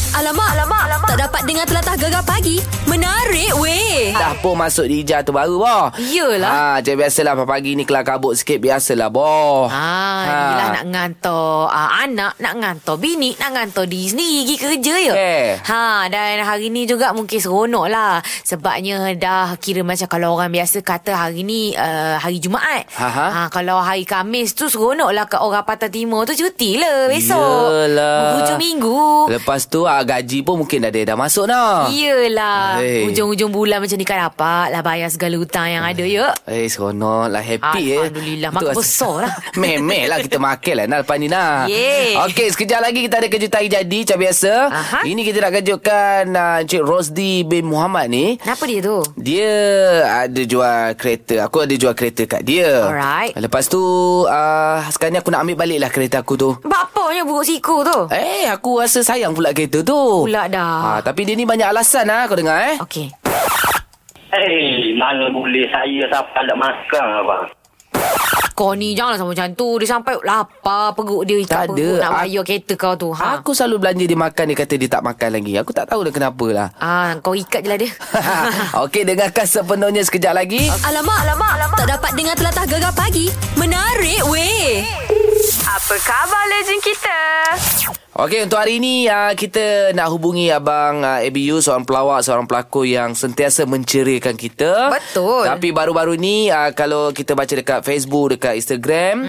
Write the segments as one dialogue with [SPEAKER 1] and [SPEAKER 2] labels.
[SPEAKER 1] Alamak, alamak, alamak. Tak dapat dengar telatah gegar pagi. Menarik weh.
[SPEAKER 2] Dah pun masuk Rija tu baru boh.
[SPEAKER 1] Yelah.
[SPEAKER 2] Ha, je biasalah pagi-pagi ni kelar kabut sikit biasalah boh.
[SPEAKER 1] Ah, ha. yelah nak ngantor ah, anak, nak ngantor bini, nak ngantor diri sendiri pergi kerja ya.
[SPEAKER 2] Eh.
[SPEAKER 1] Ha, dan hari ni juga mungkin seronok lah. Sebabnya dah kira macam kalau orang biasa kata hari ni uh, hari Jumaat.
[SPEAKER 2] Aha.
[SPEAKER 1] Ha, kalau hari Kamis tu seronok lah kat orang Pantai Timur tu cuti lah besok.
[SPEAKER 2] Yelah.
[SPEAKER 1] Hujung minggu.
[SPEAKER 2] Lepas tu ah, gaji pun mungkin dah ada dah masuk dah.
[SPEAKER 1] Yelah
[SPEAKER 2] Hey.
[SPEAKER 1] Ujung-ujung bulan macam ni kan dapat lah Bayar segala hutang yang ada ya
[SPEAKER 2] Eh seronok lah Happy eh
[SPEAKER 1] Alhamdulillah,
[SPEAKER 2] Betul
[SPEAKER 1] makan
[SPEAKER 2] rasa-
[SPEAKER 1] besar lah.
[SPEAKER 2] Memek lah kita makan lah Nah lepas ni nah
[SPEAKER 1] Yeay.
[SPEAKER 2] Okey sekejap lagi kita ada kejutan hari jadi Macam biasa
[SPEAKER 1] Aha.
[SPEAKER 2] Ini kita nak kejutkan uh, Encik Rosdi bin Muhammad ni
[SPEAKER 1] Kenapa dia tu?
[SPEAKER 2] dia ada jual kereta Aku ada jual kereta kat dia
[SPEAKER 1] Alright.
[SPEAKER 2] Lepas tu uh, Sekarang ni aku nak ambil balik lah kereta aku tu
[SPEAKER 1] Bapaknya buruk siku tu
[SPEAKER 2] Eh aku rasa sayang pula kereta tu
[SPEAKER 1] Pula
[SPEAKER 2] Ah,
[SPEAKER 1] dah Ah,
[SPEAKER 2] Tapi dia ni banyak alasan lah Kau dengar eh
[SPEAKER 1] Okey
[SPEAKER 3] Hei, Eh, mana boleh saya sampai nak makan abang.
[SPEAKER 1] Kau ni janganlah sama macam tu Dia sampai lapar Perut dia ikat
[SPEAKER 2] Tak ada.
[SPEAKER 1] perut Nak
[SPEAKER 2] Aku-
[SPEAKER 1] bayar kereta kau tu ha?
[SPEAKER 2] Aku selalu belanja dia makan Dia kata dia tak makan lagi Aku tak tahu dah kenapa lah
[SPEAKER 1] Ah, kau ikat je lah dia
[SPEAKER 2] Okey, dengarkan sepenuhnya sekejap lagi.
[SPEAKER 1] Alamak, alamak, alamak, tak dapat dengar telatah gegar pagi. Menarik weh.
[SPEAKER 4] Apa khabar legend kita?
[SPEAKER 2] Okey, untuk hari ini uh, kita nak hubungi abang uh, ABU seorang pelawak, seorang pelakon yang sentiasa menceriakan kita.
[SPEAKER 1] Betul.
[SPEAKER 2] Tapi baru-baru ni uh, kalau kita baca dekat Facebook, dekat Instagram,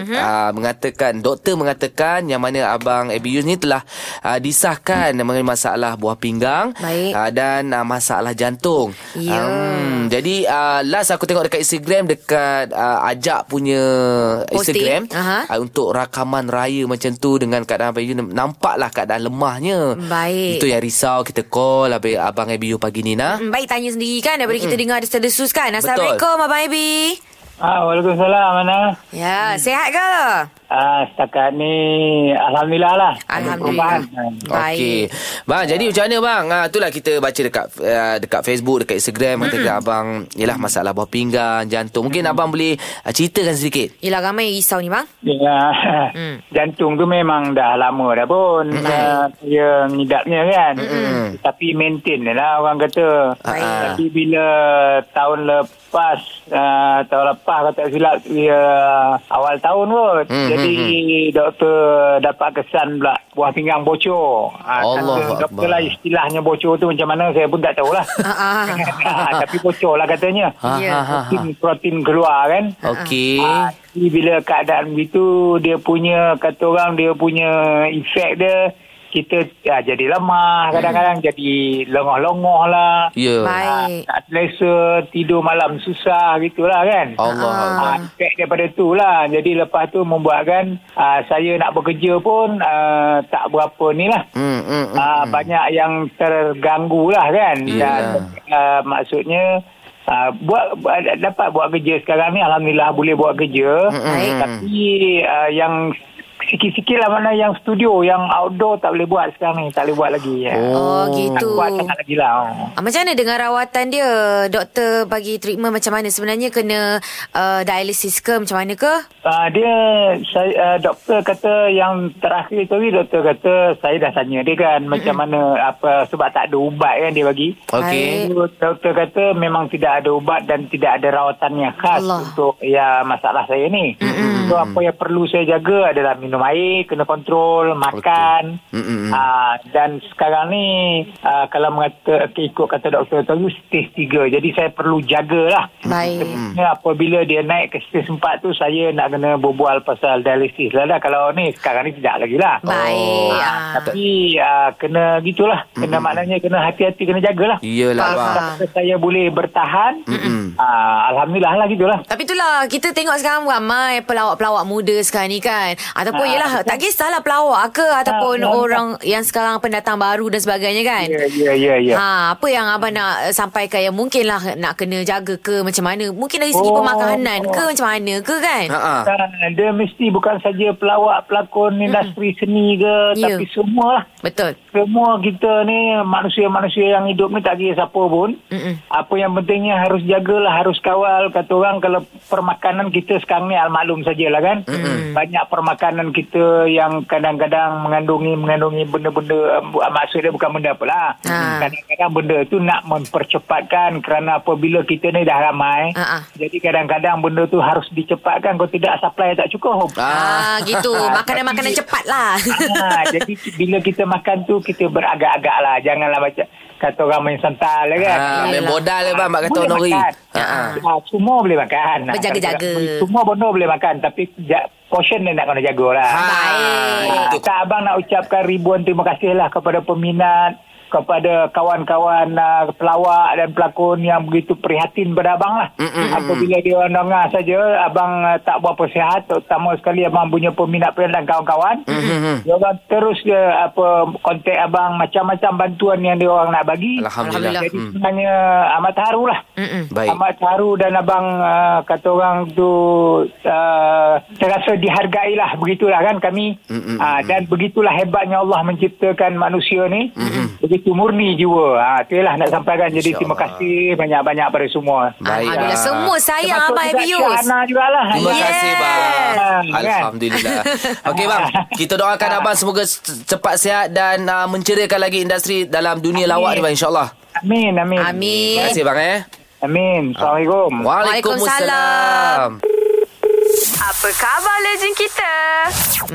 [SPEAKER 1] Mhm.
[SPEAKER 2] mm-hmm. uh, mengatakan doktor mengatakan yang mana abang ABU ni telah uh, disahkan mm. mengenai masalah buah pinggang
[SPEAKER 1] Hmm. Baik.
[SPEAKER 2] Uh, dan uh, masalah jantung.
[SPEAKER 1] Ya.
[SPEAKER 2] Um, jadi uh, last aku tengok dekat Instagram dekat uh, Ajak punya
[SPEAKER 1] Posting.
[SPEAKER 2] Instagram
[SPEAKER 1] Aha.
[SPEAKER 2] uh, untuk rakaman raya macam tu dengan keadaan Abang Abiyu nampaklah keadaan lemahnya.
[SPEAKER 1] Baik.
[SPEAKER 2] Itu yang risau kita call abang, abang Abiyu pagi ni nah.
[SPEAKER 1] Hmm, Baik tanya sendiri kan Daripada
[SPEAKER 2] Hmm.
[SPEAKER 1] kita dengar ada sedesus kan Assalamualaikum Abang Abi
[SPEAKER 5] Ah, Waalaikumsalam Ana.
[SPEAKER 2] Hmm.
[SPEAKER 1] Ya, sihat ke?
[SPEAKER 5] Ah, setakat ni alhamdulillah lah.
[SPEAKER 1] Alhamdulillah.
[SPEAKER 5] Ada perubahan.
[SPEAKER 1] Baik.
[SPEAKER 2] Okey. Bang, jadi macam mana bang? Ah itulah kita baca dekat uh, dekat Facebook, dekat Instagram kata abang yalah masalah buah pinggang, jantung. Mungkin abang boleh uh, ceritakan sedikit.
[SPEAKER 1] Yelah ramai risau ni bang
[SPEAKER 5] Ya.
[SPEAKER 1] Hmm.
[SPEAKER 5] Jantung tu memang dah lama dah pun uh, saya mengidapnya kan.
[SPEAKER 2] Mm-mm.
[SPEAKER 1] Hmm.
[SPEAKER 5] Tapi maintain je lah orang kata.
[SPEAKER 2] Baik.
[SPEAKER 5] Tapi bila tahun lepas uh, tahun lepas kalau tak silap dia awal tahun kot.
[SPEAKER 1] Hmm,
[SPEAKER 2] Mm,
[SPEAKER 5] Jadi doktor dapat kesan pula buah pinggang bocor. Ah, kata
[SPEAKER 2] Allahu Akbar.
[SPEAKER 5] doktor lah istilahnya bocor tu macam mana saya pun tak tahulah.
[SPEAKER 1] Ah, ah.
[SPEAKER 5] Ah, tapi bocor lah katanya.
[SPEAKER 2] Ha
[SPEAKER 1] Ya.
[SPEAKER 2] ha ha. ha.
[SPEAKER 5] protein protein keluar kan.
[SPEAKER 2] Okey.
[SPEAKER 5] Ah, jadi bila keadaan begitu dia punya kata orang dia punya efek dia kita ah, jadi lemah kadang-kadang jadi longah-longah lah.
[SPEAKER 2] Ya.
[SPEAKER 5] Ah,
[SPEAKER 1] Baik
[SPEAKER 5] tak selesa tidur malam susah gitulah kan.
[SPEAKER 2] Allah.
[SPEAKER 5] Ah, efek daripada tu lah. Jadi lepas tu membuatkan ah, saya nak bekerja pun ah, tak berapa ni lah.
[SPEAKER 2] Hmm hmm. hmm.
[SPEAKER 5] Ah, banyak yang terganggu lah kan dan
[SPEAKER 2] Iyalah.
[SPEAKER 5] uh, maksudnya uh, buat buat- dapat buat kerja sekarang ni alhamdulillah boleh buat kerja
[SPEAKER 1] Baik.
[SPEAKER 5] tapi uh, yang sikit-sikit lah mana yang studio yang outdoor tak boleh buat sekarang ni tak boleh buat lagi ya.
[SPEAKER 1] Oh,
[SPEAKER 5] tak
[SPEAKER 1] gitu
[SPEAKER 5] buat sangat lagi lah
[SPEAKER 1] Ah, Macam mana dengan rawatan dia? Doktor bagi treatment macam mana? Sebenarnya kena uh, dialisis ke macam mana ke?
[SPEAKER 5] Uh, dia saya, uh, doktor kata yang terakhir tadi doktor kata saya dah tanya dia kan macam mana apa sebab tak ada ubat kan dia bagi
[SPEAKER 2] Okey.
[SPEAKER 1] Baik.
[SPEAKER 5] Doktor kata memang tidak ada ubat dan tidak ada rawatan yang khas
[SPEAKER 1] Allah.
[SPEAKER 5] Allah. untuk ya masalah saya ni. Mm-mm. So apa yang perlu saya jaga adalah minum air, kena kontrol, makan.
[SPEAKER 2] Mm-mm.
[SPEAKER 5] Aa, dan sekarang ni aa, kalau mengata ikut kata doktor tadi stage 3. Jadi saya perlu jagalah.
[SPEAKER 1] Baik.
[SPEAKER 5] Mm. Apabila dia naik ke stage 4 tu saya nak kena berbual pasal dialisis lah dah. Kalau ni sekarang ni tidak lagi lah.
[SPEAKER 1] Baik. Ah,
[SPEAKER 5] Tapi uh, kena gitulah. Kena mm maknanya kena hati-hati kena jagalah.
[SPEAKER 2] Iyalah,
[SPEAKER 5] Kalau
[SPEAKER 2] bang.
[SPEAKER 5] kata saya boleh bertahan,
[SPEAKER 2] Mm-mm.
[SPEAKER 5] uh, alhamdulillah lah gitulah.
[SPEAKER 1] Tapi itulah kita tengok sekarang ramai pelawak-pelawak muda sekarang ni kan. Ataupun
[SPEAKER 5] Ah,
[SPEAKER 1] yelah tak kisahlah pelawak ke ataupun
[SPEAKER 5] Ah,
[SPEAKER 1] orang yang sekarang pendatang baru dan sebagainya kan.
[SPEAKER 5] Ya ya ya ya.
[SPEAKER 1] Ha apa yang abang nak eh, sampaikan yang mungkinlah nak kena jaga ke macam mana? Mungkin dari segi
[SPEAKER 5] Oh.
[SPEAKER 1] pemakanan ke macam mana ke kan?
[SPEAKER 2] Ha ah.
[SPEAKER 5] Dan Dia mesti bukan saja pelawak, pelakon, industri seni ke,
[SPEAKER 1] Ya.
[SPEAKER 5] tapi semualah.
[SPEAKER 1] Betul.
[SPEAKER 5] Semua kita ni manusia-manusia yang hidup ni tak kira siapa pun.
[SPEAKER 1] Mm-mm.
[SPEAKER 5] Apa yang pentingnya harus jagalah, harus kawal. Kata orang kalau permakanan kita sekarang ni almaklum sajalah kan. Banyak permakanan kita kita yang kadang-kadang mengandungi mengandungi benda-benda um, maksud dia bukan benda apa lah.
[SPEAKER 1] Ha.
[SPEAKER 5] Kadang-kadang benda tu nak mempercepatkan kerana apabila kita ni dah ramai.
[SPEAKER 1] Ha, ha.
[SPEAKER 5] Jadi kadang-kadang benda tu harus dicepatkan kalau tidak supply tak cukup.
[SPEAKER 1] Ah, gitu. Makanan-makanan
[SPEAKER 5] Tapi-
[SPEAKER 1] cepat lah.
[SPEAKER 5] Ah, jadi ki- bila kita makan tu kita beragak-agak lah. Janganlah macam kata orang main santal lah kan.
[SPEAKER 2] Ah, main
[SPEAKER 1] Alah.
[SPEAKER 2] bodal lah bang Mak kata
[SPEAKER 5] Boleh
[SPEAKER 2] Nori.
[SPEAKER 5] makan.
[SPEAKER 2] Ha ah.
[SPEAKER 5] Ah, semua boleh makan. Ah,
[SPEAKER 1] Berjaga-jaga.
[SPEAKER 5] kadang-kadang Semua benda boleh makan tapi ja- portion dia nak kena jaga lah. Ah,
[SPEAKER 2] Ha,
[SPEAKER 1] Baik.
[SPEAKER 2] itu.
[SPEAKER 5] Tak abang nak ucapkan ribuan terima kasih lah kepada peminat, kepada kawan-kawan uh, pelawak dan pelakon yang begitu prihatin pada abang lah.
[SPEAKER 2] Mm-mm.
[SPEAKER 5] Apabila dia orang dengar saja, abang uh, tak berapa sihat, terutama sekali abang punya peminat-peminat dan kawan-kawan.
[SPEAKER 2] Mm-mm.
[SPEAKER 5] Dia orang terus dia apa kontak abang macam-macam bantuan yang dia orang nak bagi.
[SPEAKER 2] Alhamdulillah.
[SPEAKER 5] Jadi
[SPEAKER 2] Hmm.
[SPEAKER 5] sebenarnya amat haru lah.
[SPEAKER 1] Mm-mm.
[SPEAKER 2] Baik.
[SPEAKER 5] Amat haru dan abang uh, kata orang tu uh, terasa dihargai lah. Begitulah kan kami.
[SPEAKER 2] Mm-mm,
[SPEAKER 5] Ah, dan begitulah hebatnya Allah menciptakan manusia ni. Begitu murni jiwa. Ha, itulah nak sampaikan. Jadi terima
[SPEAKER 2] InsyaAllah.
[SPEAKER 5] kasih banyak-banyak pada semua.
[SPEAKER 2] Baik.
[SPEAKER 1] Alhamdulillah.
[SPEAKER 2] Ah.
[SPEAKER 1] Semua sayang
[SPEAKER 5] Termasuk
[SPEAKER 1] Abang
[SPEAKER 5] juga
[SPEAKER 1] Abius.
[SPEAKER 5] Syahana jugalah.
[SPEAKER 2] Terima
[SPEAKER 1] Yes.
[SPEAKER 2] kasih bang.
[SPEAKER 5] Kan?
[SPEAKER 2] Alhamdulillah. Okey bang, kita doakan abang semoga c- cepat sihat dan uh, menceriakan lagi industri dalam dunia
[SPEAKER 5] Amin.
[SPEAKER 2] lawak ni bang insya-Allah.
[SPEAKER 5] Amin, amin.
[SPEAKER 1] Amin.
[SPEAKER 2] Terima kasih bang eh.
[SPEAKER 5] Amin. Assalamualaikum.
[SPEAKER 2] Waalaikumsalam.
[SPEAKER 4] Apa khabar legend kita?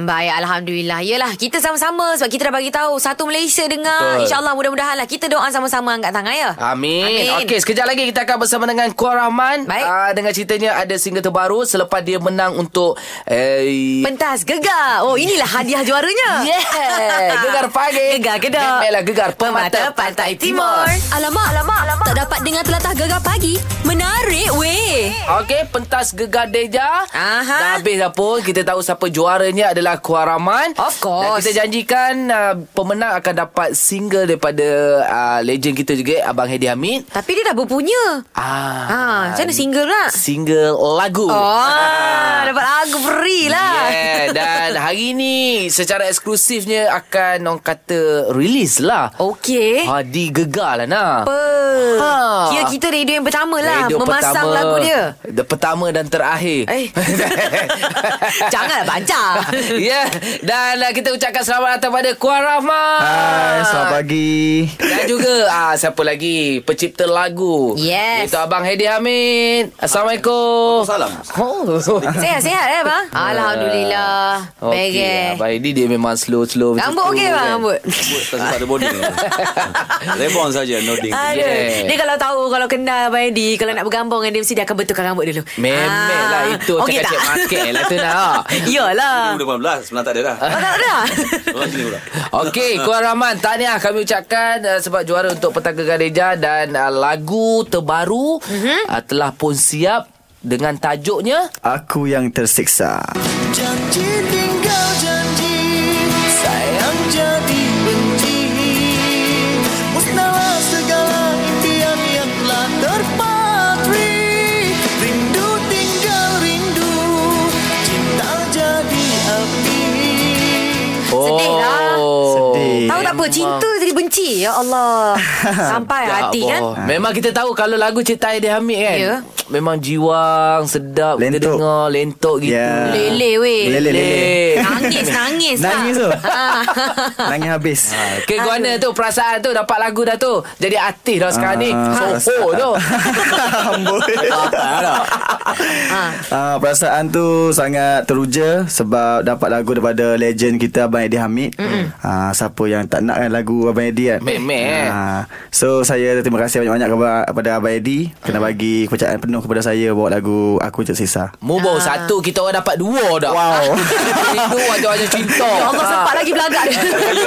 [SPEAKER 1] Baik, Alhamdulillah. Yelah, kita sama-sama sebab kita dah bagi tahu satu Malaysia dengar.
[SPEAKER 2] Betul. Ah.
[SPEAKER 1] InsyaAllah mudah-mudahan lah. Kita doa sama-sama angkat tangan ya.
[SPEAKER 2] Amin.
[SPEAKER 1] Amin.
[SPEAKER 2] Amin. Okey, sekejap lagi kita akan bersama dengan Kuah Rahman.
[SPEAKER 1] Baik.
[SPEAKER 2] Ah, dengan ceritanya ada single terbaru selepas dia menang untuk eh,
[SPEAKER 1] Pentas gegar. Oh, inilah hadiah juaranya.
[SPEAKER 2] Yeah, gegar pagi.
[SPEAKER 1] Gegar kedok.
[SPEAKER 2] Memelah gegar pemata pantai timur.
[SPEAKER 6] Alamak, alamak, alamak. Tak dapat dengar telatah gegar pagi. Menarik weh.
[SPEAKER 2] Okey, pentas gegar Deja.
[SPEAKER 1] Aha.
[SPEAKER 2] Dah habis dah pun. Kita tahu siapa juaranya adalah Kuaraman.
[SPEAKER 1] Of course.
[SPEAKER 2] Dan kita janjikan uh, pemenang akan dapat single daripada uh, legend kita juga, Abang Hedi Hamid.
[SPEAKER 1] Tapi dia dah berpunya.
[SPEAKER 2] Ah,
[SPEAKER 1] Ah, macam mana single lah?
[SPEAKER 2] Single lagu.
[SPEAKER 1] Oh, dapat lagu free lah.
[SPEAKER 2] Yeah, dan hari ni secara eksklusifnya akan orang kata release lah.
[SPEAKER 1] Okey.
[SPEAKER 2] Ha, di gegar lah nah.
[SPEAKER 1] Apa?
[SPEAKER 2] Ha.
[SPEAKER 1] Kira kita radio yang pertama lah
[SPEAKER 2] Radio
[SPEAKER 1] memasang lagu dia.
[SPEAKER 2] the Pertama dan terakhir
[SPEAKER 1] Eh. Janganlah bancang.
[SPEAKER 2] Ya yeah. Dan uh, kita ucapkan selamat datang pada Kuah Rahman
[SPEAKER 7] Hai, selamat pagi.
[SPEAKER 2] Dan juga ah, Siapa lagi Pencipta lagu
[SPEAKER 1] Yes.
[SPEAKER 2] Itu Abang Hedi Hamid Assalamualaikum Salam Oh
[SPEAKER 1] Sehat-sehat eh bang? Alhamdulillah.
[SPEAKER 2] Ha. Okey,
[SPEAKER 1] Beres.
[SPEAKER 2] Abang Hedi dia memang slow-slow macam
[SPEAKER 1] eh. Rambut
[SPEAKER 2] tu,
[SPEAKER 1] okey bang
[SPEAKER 2] kan?
[SPEAKER 1] rambut.
[SPEAKER 8] Buat tak sempat ada boarding Rebon saja No ding
[SPEAKER 1] Aduh.
[SPEAKER 2] Yeah.
[SPEAKER 1] Dia kalau tahu Kalau kenal Abang Edi Kalau nak bergambung dengan dia Mesti dia akan betulkan rambut dulu Ah.
[SPEAKER 2] Memek lah itu
[SPEAKER 1] Okey
[SPEAKER 2] Cakap
[SPEAKER 1] tak?
[SPEAKER 2] cik market lah tu nak
[SPEAKER 1] Yalah
[SPEAKER 8] Dulu 18 Sebenarnya tak ada dah
[SPEAKER 1] Oh tak ada
[SPEAKER 8] Orang sini pula
[SPEAKER 2] Okey, Kuan Rahman, tahniah kami ucapkan uh, sebab juara untuk Petang Gareja dan uh, lagu terbaru
[SPEAKER 9] Mhm.
[SPEAKER 2] mm-hmm. uh, telah pun siap dengan tajuknya
[SPEAKER 7] Aku yang tersiksa.
[SPEAKER 9] Janji tinggal janji Sayang jadi benci Musnahlah segala impian yang telah terpatri Rindu tinggal rindu Cinta jadi api
[SPEAKER 2] Oh.
[SPEAKER 1] Sedih lah.
[SPEAKER 2] Eh,
[SPEAKER 7] Sedih.
[SPEAKER 1] Tahu tak apa Cinta jadi benci Ya Allah Sampai
[SPEAKER 7] Ya
[SPEAKER 2] Ya
[SPEAKER 1] hati kan
[SPEAKER 2] Memang kita tahu kalau lagu Cipta Aidil Hamid kan.
[SPEAKER 1] Ya.
[SPEAKER 2] Memang jiwang, sedap.
[SPEAKER 7] Lentok.
[SPEAKER 2] Kita dengar lentok gitu.
[SPEAKER 7] Ya.
[SPEAKER 1] Lele weh
[SPEAKER 7] Lele, lele.
[SPEAKER 1] Nangis Nangis lah.
[SPEAKER 7] Nangis tu.
[SPEAKER 1] Ah.
[SPEAKER 7] Nangis habis.
[SPEAKER 2] Ke guana tu perasaan tu dapat lagu dah tu. Jadi artis dah sekarang ni.
[SPEAKER 7] Ah,
[SPEAKER 2] Soho tu.
[SPEAKER 7] Amboi. Ah, perasaan tu sangat teruja sebab dapat lagu daripada legend kita Abang Edi Hamid. Ah, siapa yang tak nak kan lagu Abang Edi kan?
[SPEAKER 2] Mek-mek, eh.
[SPEAKER 7] Ah, so saya terima kasih banyak-banyak keba- kepada Abang Edi kerana bagi kepercayaan penuh kepada saya bawa lagu Aku Je
[SPEAKER 1] Ah.
[SPEAKER 7] Sisa.
[SPEAKER 2] Mubo satu kita orang dapat dua dah. Wow. Rindu wajah-wajah cinta. Ah.
[SPEAKER 1] Ya Allah sempat lagi belagak dia
[SPEAKER 8] Raya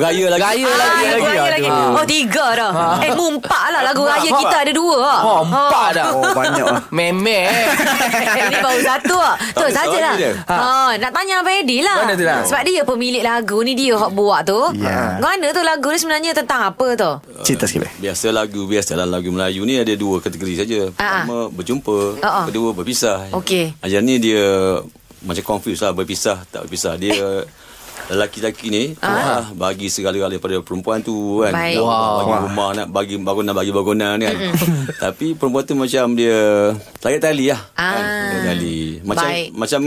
[SPEAKER 8] lagi Raya lagi
[SPEAKER 2] Raya
[SPEAKER 1] Ah,
[SPEAKER 2] lagi.
[SPEAKER 1] lagu raya lagi. Oh tiga dah Eh mu empat lah Lagu raya kita ada dua lah.
[SPEAKER 2] Oh, empat dah.
[SPEAKER 7] Oh, banyak lah.
[SPEAKER 2] Memek eh.
[SPEAKER 1] Ini baru satu lah Tu
[SPEAKER 8] Tak ada
[SPEAKER 1] sajalah
[SPEAKER 8] soalan dia.
[SPEAKER 1] ha. Nak tanya Abang Edi lah
[SPEAKER 2] Mana tu lah?
[SPEAKER 1] Sebab dia pemilik lagu ni Dia hak buat tu
[SPEAKER 7] Ya.
[SPEAKER 1] Mana tu lagu ni sebenarnya Tentang apa tu
[SPEAKER 7] Cerita sikit. Beh.
[SPEAKER 8] Biasa lagu Biasalah lagu Melayu ni Ada dua kategori saja
[SPEAKER 1] Ah.
[SPEAKER 8] Pertama berjumpa
[SPEAKER 1] Ah, ah.
[SPEAKER 8] Kedua berpisah
[SPEAKER 1] Okey.
[SPEAKER 8] Ajar ni dia Macam confused lah Berpisah tak berpisah Dia Lelaki-lelaki ni ah. Bagi segala-gala Daripada perempuan tu kan
[SPEAKER 1] Baik.
[SPEAKER 8] Nak Bagi rumah nak Bagi bangunan Bagi bangunan kan Tapi perempuan tu macam dia Tarik tali lah
[SPEAKER 1] Ah.
[SPEAKER 8] kan? Tarik tali Macam
[SPEAKER 1] Baik.
[SPEAKER 8] Macam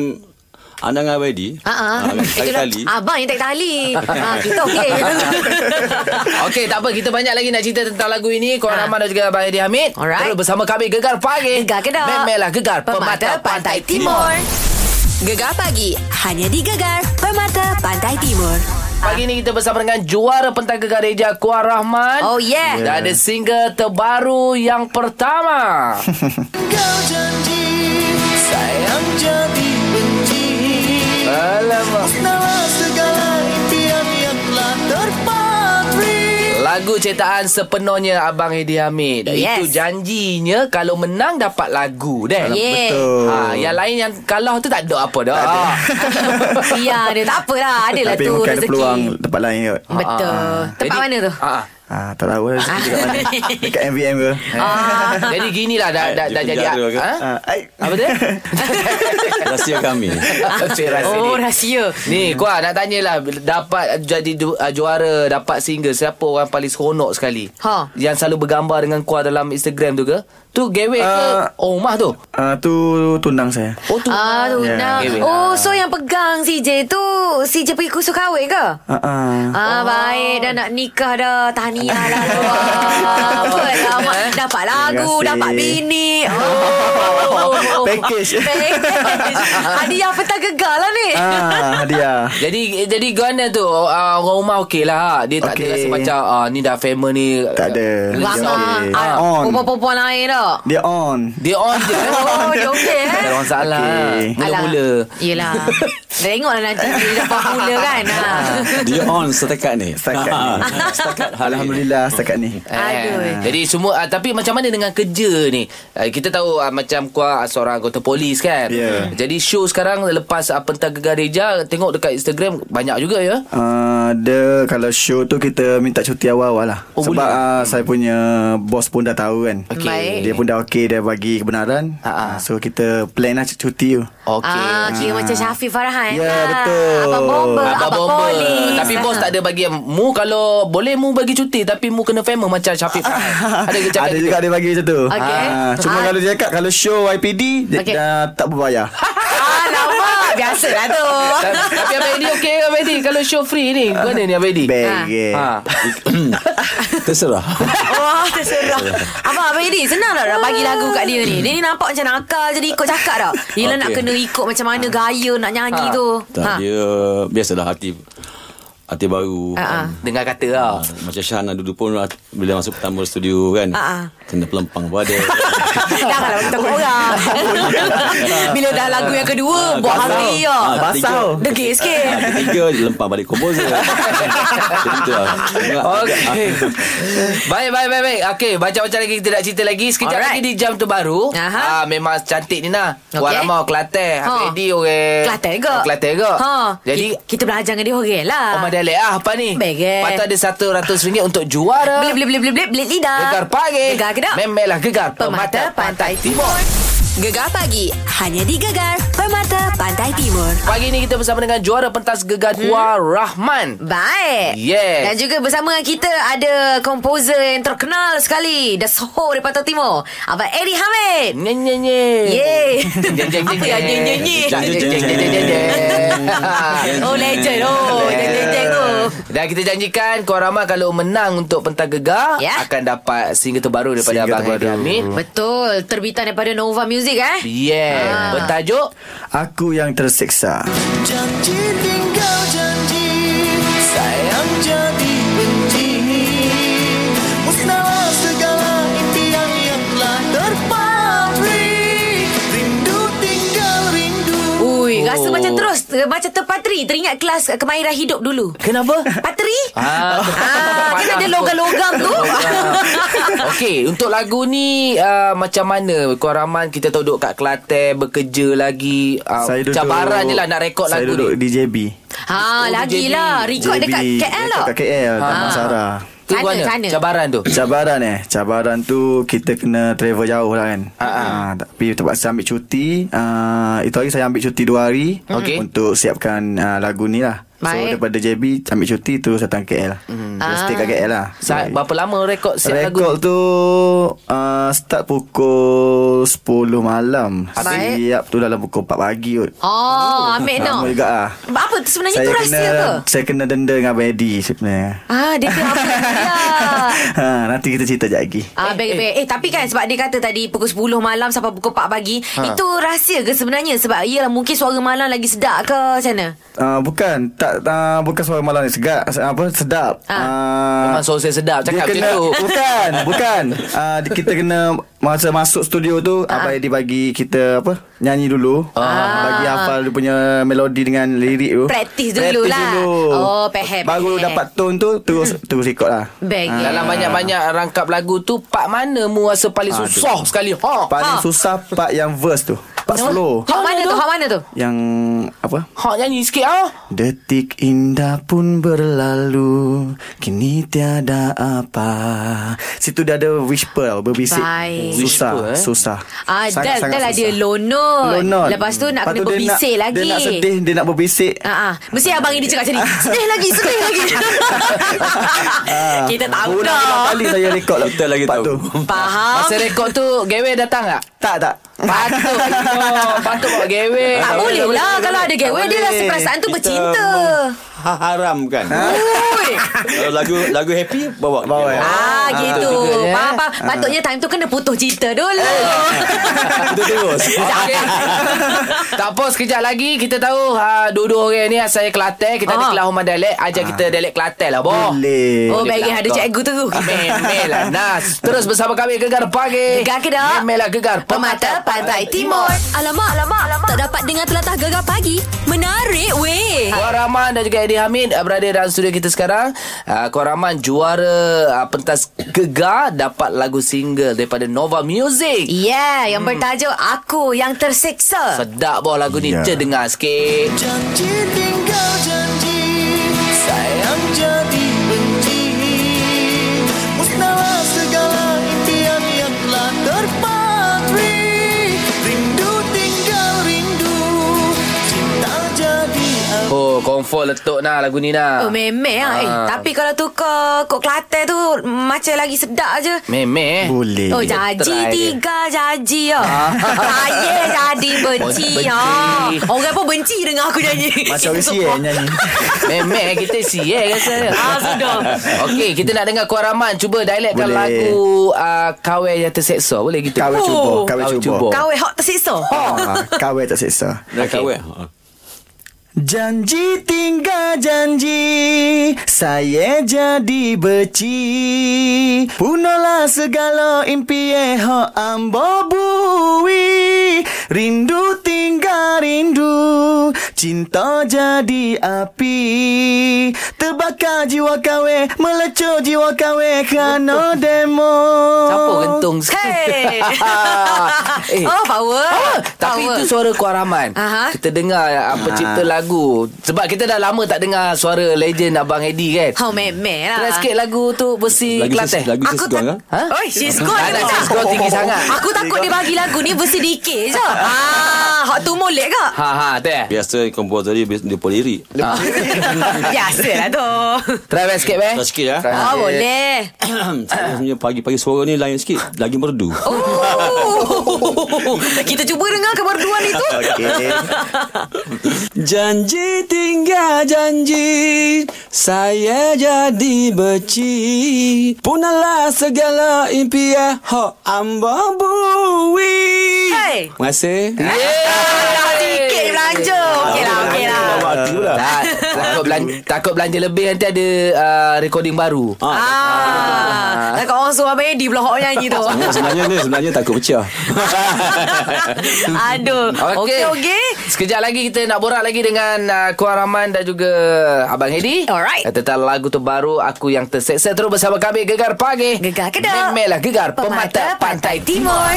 [SPEAKER 8] Anang Abadi.
[SPEAKER 1] Ha ah.
[SPEAKER 8] Ah, Tarik tali.
[SPEAKER 1] Abang yang tak tali. ha kita okey.
[SPEAKER 2] Okey, tak apa. Kita banyak lagi nak cerita tentang lagu ini. Korang ha.
[SPEAKER 1] Ha.
[SPEAKER 2] Rahman dan juga Abang Edi Hamid.
[SPEAKER 1] Alright.
[SPEAKER 2] Terus bersama kami Gegar Pagi.
[SPEAKER 1] Gegar Kedah.
[SPEAKER 2] Memelah lah Gegar
[SPEAKER 1] Pemata Pantai Timur.
[SPEAKER 6] Gegar pagi hanya di Gegar Permata Pantai Timur.
[SPEAKER 2] Pagi ni kita bersama dengan juara pentang Gegar Eja Kuah Rahman.
[SPEAKER 1] Oh yeah.
[SPEAKER 2] Dan ada single terbaru yang pertama.
[SPEAKER 9] Kau janji sayang jadi benci
[SPEAKER 2] Alamak.
[SPEAKER 9] Nama segala impian yang telah terpatri
[SPEAKER 2] Lagu ciptaan sepenuhnya Abang Edi Hamid.
[SPEAKER 1] Yes.
[SPEAKER 2] Itu janjinya kalau menang dapat lagu deh.
[SPEAKER 1] Yeah.
[SPEAKER 7] Betul.
[SPEAKER 2] Ha, yang lain yang kalah tu tak ada apa dah. Ah.
[SPEAKER 1] Ya, dia tak apalah. Adalah
[SPEAKER 7] Tapi
[SPEAKER 1] tu
[SPEAKER 7] mungkin ada
[SPEAKER 1] rezeki.
[SPEAKER 7] peluang tempat lain kot.
[SPEAKER 1] Betul. Tempat mana tu?
[SPEAKER 2] Ha.
[SPEAKER 7] Ah, tak tahu lah rezeki dekat mana. Dekat MVM ke?
[SPEAKER 2] Ah.
[SPEAKER 1] Ah.
[SPEAKER 2] Jadi ginilah dah
[SPEAKER 8] Eh,
[SPEAKER 2] dah,
[SPEAKER 8] di
[SPEAKER 2] dah jadi.
[SPEAKER 8] penjara ke?
[SPEAKER 2] Ha?
[SPEAKER 7] Ah, ai.
[SPEAKER 2] Apa dia?
[SPEAKER 8] Rahsia kami.
[SPEAKER 2] Cik Rahsia
[SPEAKER 1] Oh,
[SPEAKER 2] ni.
[SPEAKER 1] rahsia.
[SPEAKER 2] Ni Kuah nak tanyalah Dapat jadi ju- uh, juara Dapat single Siapa orang paling seronok sekali
[SPEAKER 1] Ha.
[SPEAKER 2] Yang selalu bergambar dengan Kuah dalam Instagram tu ke Tu gawe ke
[SPEAKER 7] Ah.
[SPEAKER 2] Oh rumah tu
[SPEAKER 7] Ah, tu tunang saya.
[SPEAKER 2] Oh tu
[SPEAKER 1] Ah, tu
[SPEAKER 7] Ya.
[SPEAKER 1] nak.
[SPEAKER 2] Ewek.
[SPEAKER 1] Oh, so yang pegang CJ tu CJ pergi kursus kahwin ke?
[SPEAKER 7] Ah, ah.
[SPEAKER 1] Ah, baik. Dah nak nikah dah. Tahniah lah tu. Apa lah. Mak, dapat lagu,
[SPEAKER 7] Eh. kasih.
[SPEAKER 1] dapat bini. Oh.
[SPEAKER 7] Package.
[SPEAKER 1] Package. Hadiah petang gegar lah ni.
[SPEAKER 7] Ah, hadiah.
[SPEAKER 2] Jadi jadi gana tu uh, orang rumah okey lah Dia tak
[SPEAKER 7] Okey.
[SPEAKER 2] ada rasa macam ah, Ni dah family ni
[SPEAKER 7] Tak ada.
[SPEAKER 2] Risau.
[SPEAKER 1] Lama.
[SPEAKER 7] okey.
[SPEAKER 1] Ah,
[SPEAKER 7] On.
[SPEAKER 1] Perempuan-perempuan lain tak?
[SPEAKER 7] Dia on.
[SPEAKER 2] Dia on je
[SPEAKER 1] Oh, dia okey
[SPEAKER 2] Tak ada
[SPEAKER 1] eh?
[SPEAKER 2] masalah
[SPEAKER 7] Okey.
[SPEAKER 2] Mula-mula
[SPEAKER 1] Alah. Yelah. Dah tengoklah nanti dia dapat mula kan.
[SPEAKER 7] Ah.
[SPEAKER 1] Ha.
[SPEAKER 8] Dia on setakat ni.
[SPEAKER 7] Setakat ni.
[SPEAKER 8] setakat hari ni.
[SPEAKER 7] Alhamdulillah setakat ni.
[SPEAKER 1] Aduh.
[SPEAKER 2] Eh, jadi semua uh, tapi macam mana dengan kerja ni? Uh, kita tahu uh, macam kuah uh, seorang anggota polis kan.
[SPEAKER 7] Ya.
[SPEAKER 2] Jadi show sekarang lepas uh, Pentang Gegar Reja tengok dekat Instagram banyak juga ya.
[SPEAKER 7] Uh, dia kalau show tu kita minta cuti awal-awal lah
[SPEAKER 2] Oh,
[SPEAKER 7] oh, Sebab
[SPEAKER 2] boleh?
[SPEAKER 7] uh, saya punya bos pun dah tahu kan
[SPEAKER 2] Okey.
[SPEAKER 1] Baik.
[SPEAKER 7] Dia pun dah okey dia bagi kebenaran
[SPEAKER 2] Ha, ha.
[SPEAKER 7] uh, So kita plan lah cu- cuti tu
[SPEAKER 2] Okey.
[SPEAKER 1] Ah, kira macam Syafiq Farhan.
[SPEAKER 7] Ya,
[SPEAKER 1] lah.
[SPEAKER 7] betul.
[SPEAKER 1] Abang bomba, abang,
[SPEAKER 2] Abang
[SPEAKER 1] abang
[SPEAKER 2] bomba.
[SPEAKER 1] polis. Ah.
[SPEAKER 2] Tapi bos tak ada bagi mu kalau boleh mu bagi cuti tapi mu kena famous macam Syafiq.
[SPEAKER 7] Ah.
[SPEAKER 2] Farhan. Ah, ada ke cakap
[SPEAKER 7] Ada
[SPEAKER 2] gitu?
[SPEAKER 7] juga dia bagi macam tu
[SPEAKER 1] Okey.
[SPEAKER 7] Ah, Cuma
[SPEAKER 1] Ah.
[SPEAKER 7] kalau dia cakap Kalau show YPD dia
[SPEAKER 1] Okey.
[SPEAKER 7] dah tak berbayar
[SPEAKER 1] Alamak, biasalah tu.
[SPEAKER 2] Ta- Tapi Abang Edi okey ke Abang Edi Kalau show free ni Gimana ni Abang Edi
[SPEAKER 1] Ah.
[SPEAKER 7] Bege
[SPEAKER 2] ha.
[SPEAKER 8] Terserah.
[SPEAKER 1] Wah, terserah. Abang, Abang Edi, senang tak nak bagi lagu kat dia ni? Dia ni nampak macam nakal jadi ikut cakap tak? Yelah nak
[SPEAKER 8] Okey.
[SPEAKER 1] kena ikut macam mana gaya nak nyanyi
[SPEAKER 2] Ha.
[SPEAKER 1] tu.
[SPEAKER 8] Tak, dia biasalah hati hati baru.
[SPEAKER 1] Ha, ha.
[SPEAKER 8] kan.
[SPEAKER 2] Dengar kata lah
[SPEAKER 8] Ah, Macam Syahana dulu pun lah, Bila masuk pertama studio kan
[SPEAKER 1] Ah, ah.
[SPEAKER 8] Kena pelampang pada
[SPEAKER 1] Janganlah bagi takut orang. Bila dah lagu yang kedua,
[SPEAKER 2] Ah,
[SPEAKER 1] buat hati ya.
[SPEAKER 7] Basah.
[SPEAKER 1] Degil sikit.
[SPEAKER 8] Ha, Ketiga Lempang balik komposer Macam tu lah Ingat-
[SPEAKER 2] Okey. baik, baik, baik, baik. Okey, macam-macam lagi kita nak cerita lagi. Sekejap
[SPEAKER 1] Alright.
[SPEAKER 2] lagi di jam tu baru.
[SPEAKER 1] Aha.
[SPEAKER 2] Ah, memang cantik ni nah.
[SPEAKER 1] Okey.
[SPEAKER 2] Kuala Lumpur, Kelantan.
[SPEAKER 1] Ha.
[SPEAKER 2] Ha. Edi orang.
[SPEAKER 1] Kelantan ke?
[SPEAKER 2] Oh, Kelantan ke?
[SPEAKER 1] Ha.
[SPEAKER 2] Jadi
[SPEAKER 1] Ki- kita belajar dengan dia orang lah.
[SPEAKER 2] Omar Dalek ah apa ni?
[SPEAKER 1] Baik, eh.
[SPEAKER 2] Patut ada RM100 untuk juara.
[SPEAKER 1] Beli beli beli beli beli beli lidah.
[SPEAKER 2] Gegar pagi.
[SPEAKER 1] Gegar kedap.
[SPEAKER 2] Memelah gegar.
[SPEAKER 1] Pemata Pantai Timur.
[SPEAKER 6] Gegar pagi hanya di Gegar Permata Pantai Timur.
[SPEAKER 2] Pagi ni kita bersama dengan juara pentas gegar hmm. Kuah Rahman.
[SPEAKER 1] Baik.
[SPEAKER 2] Yes.
[SPEAKER 1] Dan juga bersama dengan kita ada komposer yang terkenal sekali. Dah Johor dari Pantai Timur. Abang Edi Hamid.
[SPEAKER 2] Nyenyenye.
[SPEAKER 1] Yeay.
[SPEAKER 2] Jeng, jeng, jeng,
[SPEAKER 1] Apa yang
[SPEAKER 2] jeng.
[SPEAKER 1] nyenyenye?
[SPEAKER 2] Jeng, jeng, jeng, jeng, jeng, jeng, jeng.
[SPEAKER 1] Oh legend. Oh, jeng jeng jeng tu.
[SPEAKER 2] Dan kita janjikan Korang Rahman kalau menang untuk Pentang Gegar
[SPEAKER 1] Ya.
[SPEAKER 2] Akan dapat single terbaru daripada
[SPEAKER 7] Single
[SPEAKER 2] Abang Hadi
[SPEAKER 7] terbaru.
[SPEAKER 2] Hamid
[SPEAKER 1] Betul, terbitan daripada Nova Music eh.
[SPEAKER 2] Yeah
[SPEAKER 1] Ah.
[SPEAKER 2] Bertajuk
[SPEAKER 7] Aku yang terseksa
[SPEAKER 9] Janji tinggal janji Sayang jadi benci Musnahlah segala impian yang telah terpatri Rindu tinggal rindu
[SPEAKER 1] Ui, rasa macam terus ter- macam terpatri teringat kelas eh, kemahiran hidup dulu.
[SPEAKER 2] Kenapa?
[SPEAKER 1] Patri?
[SPEAKER 2] Ah,
[SPEAKER 1] Ah, kan ada logam-logam tu.
[SPEAKER 2] Okey, untuk lagu ni uh, macam mana? Kuah Rahman kita tahu duduk kat Kelantan, bekerja lagi. Uh,
[SPEAKER 7] Saya duduk
[SPEAKER 2] cabaran je lah nak rekod
[SPEAKER 7] Saya
[SPEAKER 2] lagu
[SPEAKER 7] duduk
[SPEAKER 2] ni.
[SPEAKER 7] di JB
[SPEAKER 1] Ha,
[SPEAKER 2] Oh,
[SPEAKER 1] lagilah
[SPEAKER 2] JB.
[SPEAKER 1] record dekat KL
[SPEAKER 7] Dekat
[SPEAKER 1] lah.
[SPEAKER 7] KL
[SPEAKER 2] Ah.
[SPEAKER 7] Taman Sara
[SPEAKER 2] Tu
[SPEAKER 1] Sana,
[SPEAKER 2] mana?
[SPEAKER 1] sana.
[SPEAKER 2] Cabaran tu.
[SPEAKER 7] Cabaran eh Cabaran tu Kita kena travel jauh lah kan
[SPEAKER 2] Ha, ha.
[SPEAKER 7] Ah, Tapi terpaksa ambil cuti Ah, Itu hari saya ambil cuti dua hari
[SPEAKER 2] Okey.
[SPEAKER 7] Untuk siapkan ah, lagu ni lah So
[SPEAKER 1] Baik. Ah.
[SPEAKER 7] daripada JB ambil cuti terus datang KL. Hmm. Terus stay kat KL lah.
[SPEAKER 2] Sa- berapa lama rekod set lagu?
[SPEAKER 7] Rekod tu uh, start pukul 10 malam.
[SPEAKER 1] Baik.
[SPEAKER 7] Siap tu dalam pukul 4 pagi kot.
[SPEAKER 1] Oh, ambil no.
[SPEAKER 7] Lama juga ah.
[SPEAKER 1] Apa tu sebenarnya
[SPEAKER 7] Saya
[SPEAKER 1] tu
[SPEAKER 7] kena
[SPEAKER 1] rahsia ke?
[SPEAKER 7] saya kena denda dengan Abang Eddie sebenarnya.
[SPEAKER 1] Ah, dia tu apa? Ya.
[SPEAKER 7] ha, nanti kita cerita sekejap lagi.
[SPEAKER 1] Ah, eh, eh. eh tapi kan sebab dia kata tadi pukul 10 malam sampai pukul 4 pagi, ha. itu rahsia ke sebenarnya sebab iyalah mungkin suara malam lagi sedap ke macam mana?
[SPEAKER 7] Uh, bukan tak uh, bukan suara malam ni segak apa sedap.
[SPEAKER 1] Ah.
[SPEAKER 7] Ah.
[SPEAKER 2] Memang suara saya sedap.
[SPEAKER 7] Dia
[SPEAKER 2] Cakap macam
[SPEAKER 7] kena,
[SPEAKER 2] tu.
[SPEAKER 7] Bukan Bukan uh, Kita kena Masa masuk studio tu
[SPEAKER 1] Ah.
[SPEAKER 7] Abang Eddie bagi kita Apa Nyanyi dulu Bagi hafal dia punya Melodi dengan lirik tu
[SPEAKER 1] Practice dulu
[SPEAKER 7] Practice
[SPEAKER 1] lah.
[SPEAKER 7] dulu.
[SPEAKER 1] Oh, faham,
[SPEAKER 7] Baru
[SPEAKER 1] faham.
[SPEAKER 7] dapat tone tu Terus terus record lah
[SPEAKER 1] Hmm. Baik.
[SPEAKER 7] Ah.
[SPEAKER 2] Dalam banyak-banyak rangkap lagu tu Part mana mu rasa paling susah sekali ha?
[SPEAKER 7] Paling
[SPEAKER 1] Ha.
[SPEAKER 7] susah part yang verse tu Part slow
[SPEAKER 1] Hak mana tu? Hak mana tu?
[SPEAKER 7] Yang Apa
[SPEAKER 2] Ha nyanyi sikit ha?
[SPEAKER 7] Detik indah pun berlalu Kini tiada apa Situ dia ada whisper Berbisik
[SPEAKER 1] Baik.
[SPEAKER 7] Susah
[SPEAKER 2] Whisper, eh?
[SPEAKER 7] Susah
[SPEAKER 1] Ah, dah,
[SPEAKER 7] Sangat-sangat
[SPEAKER 1] dah lah dia
[SPEAKER 7] susah.
[SPEAKER 1] lonot.
[SPEAKER 7] Lonot
[SPEAKER 1] Lepas tu nak
[SPEAKER 7] Lepas
[SPEAKER 1] kena
[SPEAKER 7] dia
[SPEAKER 1] berbisik
[SPEAKER 7] nak,
[SPEAKER 1] lagi.
[SPEAKER 7] Dia nak sedih Dia nak berbisik
[SPEAKER 1] Ah, ah. Mesti abang ini cakap sini. Sedih lagi, sedih lagi. Kita tahu
[SPEAKER 7] Berulang-ulang
[SPEAKER 1] dah.
[SPEAKER 7] kali saya rekod lah
[SPEAKER 8] Kita lagi
[SPEAKER 7] part
[SPEAKER 8] tahu.
[SPEAKER 7] tu.
[SPEAKER 1] Faham?
[SPEAKER 2] Masa rekod tu Gewe datang tak?
[SPEAKER 7] Tak tak
[SPEAKER 2] Patut oh, Patut bawa Gewe
[SPEAKER 1] Tak boleh lah kalau ada gateway dia rasa perasaan tu bercinta.
[SPEAKER 8] Ha- haramkan.
[SPEAKER 1] Ui.
[SPEAKER 8] Kalau lagu lagu happy bawa.
[SPEAKER 7] Bawa, eh?
[SPEAKER 1] Ah, gitu.
[SPEAKER 2] betul juga, eh.
[SPEAKER 1] Faham, faham. Patutnya time tu kena putus cinta dulu.
[SPEAKER 8] Itu terus.
[SPEAKER 2] Tak apa sekejap lagi Kita tahu ha, Dua-dua orang ni Saya Kelantan
[SPEAKER 1] Ah.
[SPEAKER 2] Kita ada Kelahoma dialek Ajar kita dialek Kelantan lah boh
[SPEAKER 7] Boleh
[SPEAKER 1] Oh, baik ada cikgu tu.
[SPEAKER 2] Memel lah Nas Terus bersama kami Gegar Pagi
[SPEAKER 1] Gegar ke dak?
[SPEAKER 2] Memel lah Gegar
[SPEAKER 1] Pemata Pantai Timur.
[SPEAKER 6] Alamak, alamak, alamak. Tak dapat dengar telatah gegar pagi. Menarik weh.
[SPEAKER 2] Puan Rahman dan juga Eddie Hamid uh, berada dalam studio kita sekarang. Uh, Puan Rahman juara uh, pentas gegar dapat lagu single daripada Nova Music.
[SPEAKER 1] Yeah, Ya, yang bertajuk Aku Yang Tersiksa.
[SPEAKER 2] Hmm. Sedap bah lagu ni.
[SPEAKER 7] Ya.
[SPEAKER 2] Yeah. dengar sikit.
[SPEAKER 9] Janji tinggal janji Sayang jadi benci Musnahlah segala impian yang telah terpatri Rindu tinggal rindu Cinta jadi apa
[SPEAKER 2] Oh, comfort letuk nah lagu ni nah.
[SPEAKER 1] Oh, memang ah. Eh, tapi kalau tukar kok Kelantan tu macam lagi sedap je.
[SPEAKER 2] Memel eh.
[SPEAKER 7] Boleh
[SPEAKER 1] Oh,
[SPEAKER 2] Kita
[SPEAKER 1] janji
[SPEAKER 2] try dia.
[SPEAKER 1] tiga janji ya.
[SPEAKER 2] Ah.
[SPEAKER 1] Saya jadi benci
[SPEAKER 2] Benci.
[SPEAKER 1] ya. Orang pun benci dengar aku nyanyi.
[SPEAKER 7] Macam orang siap nyanyi
[SPEAKER 2] Memel kita si eh rasa dia.
[SPEAKER 1] Ah, sudah.
[SPEAKER 2] Okey, kita nak dengar Puan Rahman cuba dialekkan
[SPEAKER 7] Boleh.
[SPEAKER 2] lagu uh, Kawai yang terseksa. Boleh gitu?
[SPEAKER 7] Kawai cuba
[SPEAKER 1] Oh.
[SPEAKER 7] Kawai
[SPEAKER 2] Kawai
[SPEAKER 7] cuba
[SPEAKER 2] cuba.
[SPEAKER 1] Kau eh hak tersiksa.
[SPEAKER 7] Ah, Kawai tak seksa
[SPEAKER 8] Dah
[SPEAKER 2] Okey.
[SPEAKER 8] kahwin.
[SPEAKER 7] Janji tinggal janji Saya jadi beci Punolah segala impian Ho ambo bui Rindu tinggal rindu Cinta jadi api Terbakar jiwa kawe Melecur jiwa kawe Kerana demo
[SPEAKER 2] Siapa gentung
[SPEAKER 1] Hey.
[SPEAKER 2] Eh.
[SPEAKER 1] Oh, power.
[SPEAKER 2] Ah, tapi
[SPEAKER 1] power.
[SPEAKER 2] itu suara Kuan Rahman.
[SPEAKER 1] Aha.
[SPEAKER 2] Kita dengar ah, apa cipta lagu. Sebab kita dah lama tak dengar suara legend Abang Eddie kan.
[SPEAKER 1] Kau memang lah.
[SPEAKER 2] Try sikit lagu tu versi
[SPEAKER 8] Lagu ses-
[SPEAKER 2] Kelantan.
[SPEAKER 8] lagu
[SPEAKER 1] Aku
[SPEAKER 8] sesuai kan?
[SPEAKER 2] Ha?
[SPEAKER 1] Oi, she's good.
[SPEAKER 2] Ah, dah, she's good tinggi sangat.
[SPEAKER 1] Aku takut dia bagi lagu ni versi dikit je. Ah, hak tu molek ke?
[SPEAKER 2] Ha ha teh.
[SPEAKER 8] Biasa komposer dia dia pun lirik.
[SPEAKER 1] Biasalah tu.
[SPEAKER 2] Try back sikit eh? beh.
[SPEAKER 8] Tak sikit ya.
[SPEAKER 1] Oh, boleh.
[SPEAKER 8] Saya punya pagi-pagi suara ni lain sikit. Lagi merdu.
[SPEAKER 1] Oh. Kita cuba dengar kemerduan itu.
[SPEAKER 8] Janji tinggal janji Saya jadi beci Punalah segala impian Ho amba bui
[SPEAKER 1] Hey.
[SPEAKER 8] Terima kasih
[SPEAKER 1] Dah sikit belanja. Okey lah, okey lah.
[SPEAKER 2] Tak, Ah, takut, belanja, takut belanja lebih nanti ada uh, recording baru.
[SPEAKER 8] Ha.
[SPEAKER 1] Ah, tak orang suruh Abang Eddie pula hok nyanyi tu.
[SPEAKER 8] Sebenarnya- Sebenarnya ni sebenarnya takut pecah
[SPEAKER 1] Aduh. Okey, okey.
[SPEAKER 2] Sekejap lagi kita nak borak lagi dengan uh, Kuan Rahman dan juga uh, Abang Hedi.
[SPEAKER 1] Alright.
[SPEAKER 2] Tentang lagu terbaru Aku Yang Terseksa. Terus bersama kami Gegar Pagi.
[SPEAKER 1] lah, Gegar Kedah.
[SPEAKER 2] Memelah Gegar Pemata, Pantai
[SPEAKER 1] Timur.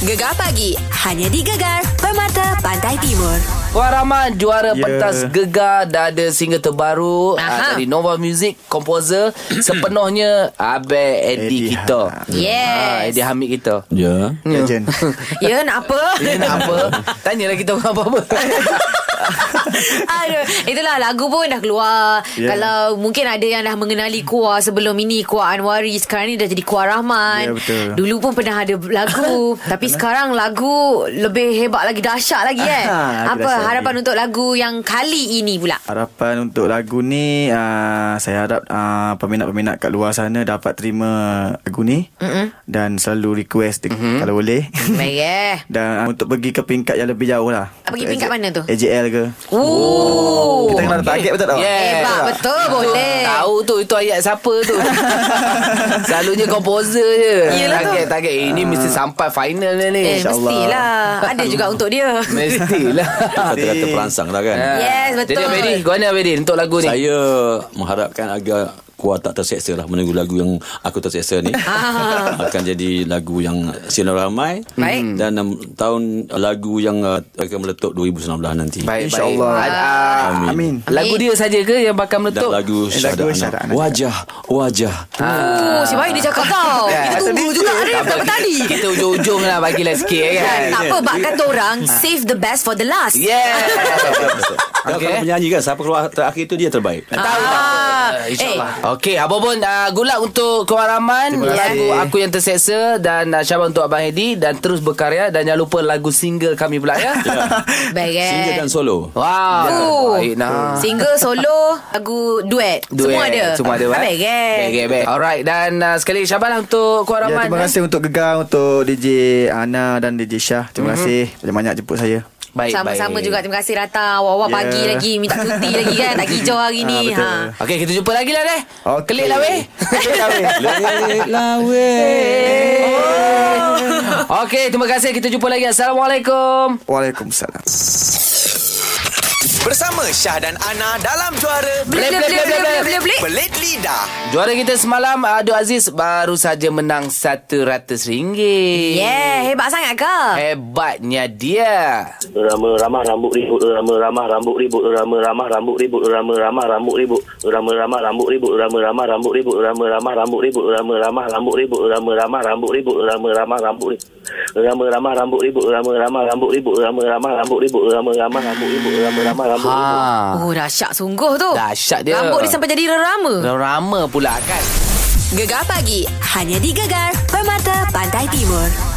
[SPEAKER 6] Gegar pagi hanya di Gegar Permata Pantai Timur.
[SPEAKER 2] Puan Rahman juara yeah.
[SPEAKER 7] Ya.
[SPEAKER 2] pentas gegar dan ada single terbaru
[SPEAKER 1] Aha.
[SPEAKER 2] uh, dari Nova Music composer sepenuhnya Abel Eddie
[SPEAKER 7] Eddie
[SPEAKER 2] kita.
[SPEAKER 7] Ha-
[SPEAKER 2] Ah,
[SPEAKER 1] Yes.
[SPEAKER 2] Eddie Hamid kita.
[SPEAKER 8] Ya
[SPEAKER 7] Legend
[SPEAKER 1] Ya, nak apa?
[SPEAKER 2] Dia nak apa? Tanyalah kita orang apa-apa.
[SPEAKER 1] Aduh, itulah lagu pun dah keluar. Yeah.
[SPEAKER 7] Ya.
[SPEAKER 1] Kalau mungkin ada yang dah mengenali Kuah sebelum ini Kuah Anwari sekarang ni dah jadi Kuah Rahman.
[SPEAKER 7] Ya, betul.
[SPEAKER 1] Dulu pun pernah ada lagu, tapi sekarang lagu lebih hebat lagi dahsyat lagi eh.
[SPEAKER 7] Ah,
[SPEAKER 1] Apa
[SPEAKER 7] dahsyat lagi.
[SPEAKER 1] harapan untuk lagu yang kali ini pula?
[SPEAKER 7] Harapan untuk lagu ni uh, Saya harap uh, Peminat-peminat kat luar sana Dapat terima lagu ni mm-hmm. Dan selalu request de- mm-hmm. Kalau boleh
[SPEAKER 1] Baik eh.
[SPEAKER 7] Dan uh, untuk pergi ke peringkat yang lebih jauh lah
[SPEAKER 1] Ah, Pergi
[SPEAKER 7] Untuk
[SPEAKER 1] peringkat
[SPEAKER 7] AJ
[SPEAKER 1] mana tu?
[SPEAKER 7] AJL ke
[SPEAKER 1] Ooh.
[SPEAKER 7] Kita kena ada target betul tak?
[SPEAKER 2] Yeah.
[SPEAKER 1] Hebat betul boleh.
[SPEAKER 2] Tahu tu Itu ayat siapa tu Selalunya komposer je
[SPEAKER 1] Yelah tu. Ah.
[SPEAKER 2] Target target eh, Ini mesti sampai final ni ni
[SPEAKER 1] Eh,
[SPEAKER 7] InsyaAllah.
[SPEAKER 1] mestilah. Ada juga untuk dia.
[SPEAKER 2] Mestilah
[SPEAKER 8] Kata-kata perangsang lah kan.
[SPEAKER 2] Ah.
[SPEAKER 1] Yes, betul.
[SPEAKER 2] Jadi Abedi Kau mana Abedi Untuk lagu ni
[SPEAKER 8] Saya mengharapkan agar Kuah tak terseksa lah menunggu lagu yang aku terseksa ni akan jadi lagu yang sinar ramai
[SPEAKER 1] Baik.
[SPEAKER 8] dan um, tahun lagu yang uh, akan meletup 2019 nanti
[SPEAKER 2] Baik,
[SPEAKER 7] InsyaAllah.
[SPEAKER 2] baik. Ah,
[SPEAKER 8] Amin.
[SPEAKER 7] Amin
[SPEAKER 2] ah, Lagu dia saja ke yang bakal
[SPEAKER 8] dan
[SPEAKER 2] meletup?
[SPEAKER 8] lagu
[SPEAKER 7] lagu
[SPEAKER 8] syahada
[SPEAKER 7] Syahada
[SPEAKER 8] anak
[SPEAKER 7] Anak.
[SPEAKER 8] wajah wajah
[SPEAKER 1] Oh, si baik dia cakap tau. Oh, Kita tunggu juga ni
[SPEAKER 2] Tak apa,
[SPEAKER 1] daripada tadi.
[SPEAKER 2] kita- Kita ujung-ujung lah bagilah sikit eh, kan.
[SPEAKER 1] Tak apa, bak kata orang
[SPEAKER 2] Ha.
[SPEAKER 1] save the best for the last.
[SPEAKER 2] Yeah.
[SPEAKER 8] Kalau
[SPEAKER 2] Okey.
[SPEAKER 8] kalau penyanyi kan siapa keluar terakhir tu dia terbaik
[SPEAKER 2] Tahu tak?
[SPEAKER 1] Ah,
[SPEAKER 2] Eh, InsyaAllah Okey Abang Bon uh, Good luck untuk Kewaraman
[SPEAKER 7] Terima
[SPEAKER 2] Lagu
[SPEAKER 7] kasih.
[SPEAKER 2] Aku Yang Terseksa Dan uh, Syabang untuk Abang Hedi Dan terus berkarya Dan jangan lupa lagu single kami pula ya
[SPEAKER 1] eh, baik eh.
[SPEAKER 8] single dan solo
[SPEAKER 2] Wow
[SPEAKER 1] Oh.
[SPEAKER 2] Baik nah
[SPEAKER 1] Single, solo, lagu duet. Semua ada.
[SPEAKER 2] Semua ada
[SPEAKER 1] Ah, Baik eh.
[SPEAKER 2] Baik eh baik. Alright Dan uh, sekali Syabang lah untuk
[SPEAKER 7] Ya,
[SPEAKER 2] Kewaraman
[SPEAKER 7] terima kasih untuk Gegar Untuk DJ Ana dan DJ Syah Terima kasih Banyak-banyak jemput saya
[SPEAKER 2] Baik
[SPEAKER 1] Sama-sama
[SPEAKER 2] baik.
[SPEAKER 1] juga Terima kasih Rata Awak-awak
[SPEAKER 7] Ya.
[SPEAKER 1] pagi lagi Minta cuti lagi kan Tak hijau hari ni
[SPEAKER 7] Ah, betul.
[SPEAKER 1] ha.
[SPEAKER 2] Okey kita jumpa lagi lah deh
[SPEAKER 7] Okey.
[SPEAKER 2] Kelik lah weh
[SPEAKER 7] Kelik lah weh
[SPEAKER 2] Okey terima kasih Kita jumpa lagi Assalamualaikum
[SPEAKER 7] Waalaikumsalam
[SPEAKER 9] Bersama Syah dan Ana dalam juara
[SPEAKER 2] Blip, blip, blip, blip, blip.
[SPEAKER 1] Blip.
[SPEAKER 9] Pelit Lidah.
[SPEAKER 2] Juara kita semalam Abdul Aziz baru saja menang RM100
[SPEAKER 1] Yeah Hebat sangat ke
[SPEAKER 2] Eh, Hebatnya dia
[SPEAKER 3] Rama ramah rambut ribut rama ramah rambut ribut rama ramah rambut ribut rama ramah rambut ribut rama ramah rambut ribut rama ramah rambut ribut rama ramah rambut ribut rama ramah rambut ribut rama ramah rambut ribut rama ramah rambut ribut rama ramah rambut ribut rama ramah rambut ribut rama ramah rambut ribut rama ramah rambut ribut rama ramah rambut ribut
[SPEAKER 2] ha.
[SPEAKER 1] Oh dahsyat sungguh tu
[SPEAKER 2] Dahsyat dia.
[SPEAKER 1] Rambut dia sampai jadi rerama
[SPEAKER 2] Rama pula kan
[SPEAKER 6] Gegar pagi. Hanya di Gegar. Permata Pantai Timur.